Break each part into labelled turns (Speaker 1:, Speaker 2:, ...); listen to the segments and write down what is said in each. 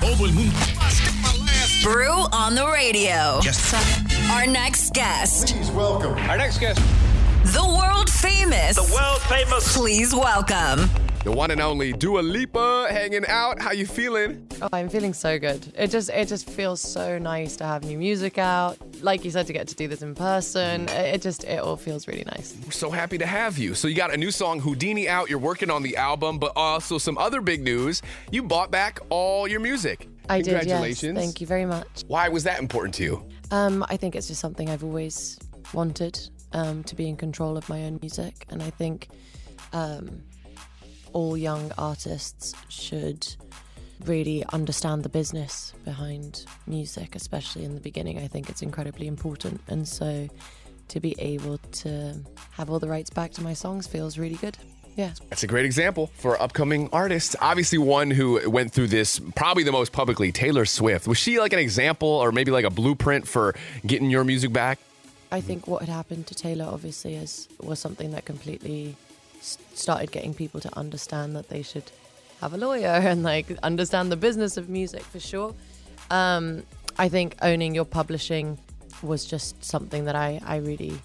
Speaker 1: todo el mundo.
Speaker 2: Brew on the radio.
Speaker 1: Yes.
Speaker 2: Our next guest,
Speaker 3: Please welcome.
Speaker 4: Our next guest.
Speaker 2: the world famous.
Speaker 4: World famous.
Speaker 2: Please welcome
Speaker 5: The one and only Dua Lipa hanging out. How you feeling?
Speaker 6: Oh, I'm feeling so good. It just it just feels so nice to have new music out. Like you said, to get to do this in person. It, it just it all feels really nice.
Speaker 5: We're so happy to have you. So you got a new song, Houdini, out. You're working on the album, but also some other big news. You bought back all your music.
Speaker 6: I did. Yes.
Speaker 5: Congratulations.
Speaker 6: Thank you very much.
Speaker 5: Why was that important to you?
Speaker 6: Um, I think it's just something I've always wanted um, to be in control of my own music, and I think um, all young artists should really understand the business behind music, especially in the beginning. I think it's incredibly important, and so to be able to have all the rights back to my songs feels really good. Yeah.
Speaker 5: That's a great example for upcoming artists. Obviously, one who went through this probably the most publicly, Taylor Swift. Was she like an example or maybe like a blueprint for getting your music back?
Speaker 6: I think what had happened to Taylor obviously is was something that completely s- started getting people to understand that they should have a lawyer and like understand the business of music for sure. Um, I think owning your publishing was just something that I, I really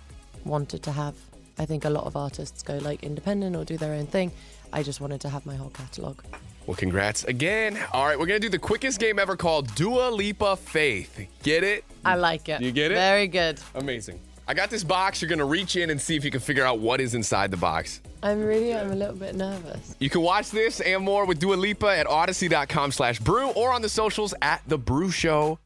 Speaker 6: wanted to have. I think a lot of artists go like independent or do their own thing. I just wanted to have my whole catalog.
Speaker 5: Well, congrats again. All right, we're going to do the quickest game ever called Dua Lipa Faith. Get it?
Speaker 6: I like it.
Speaker 5: You get it?
Speaker 6: Very good.
Speaker 5: Amazing. I got this box. You're going to reach in and see if you can figure out what is inside the box.
Speaker 6: I'm really I'm a little bit nervous.
Speaker 5: You can watch this and more with Dua Lipa at odyssey.com slash brew or on the socials at The Brew Show.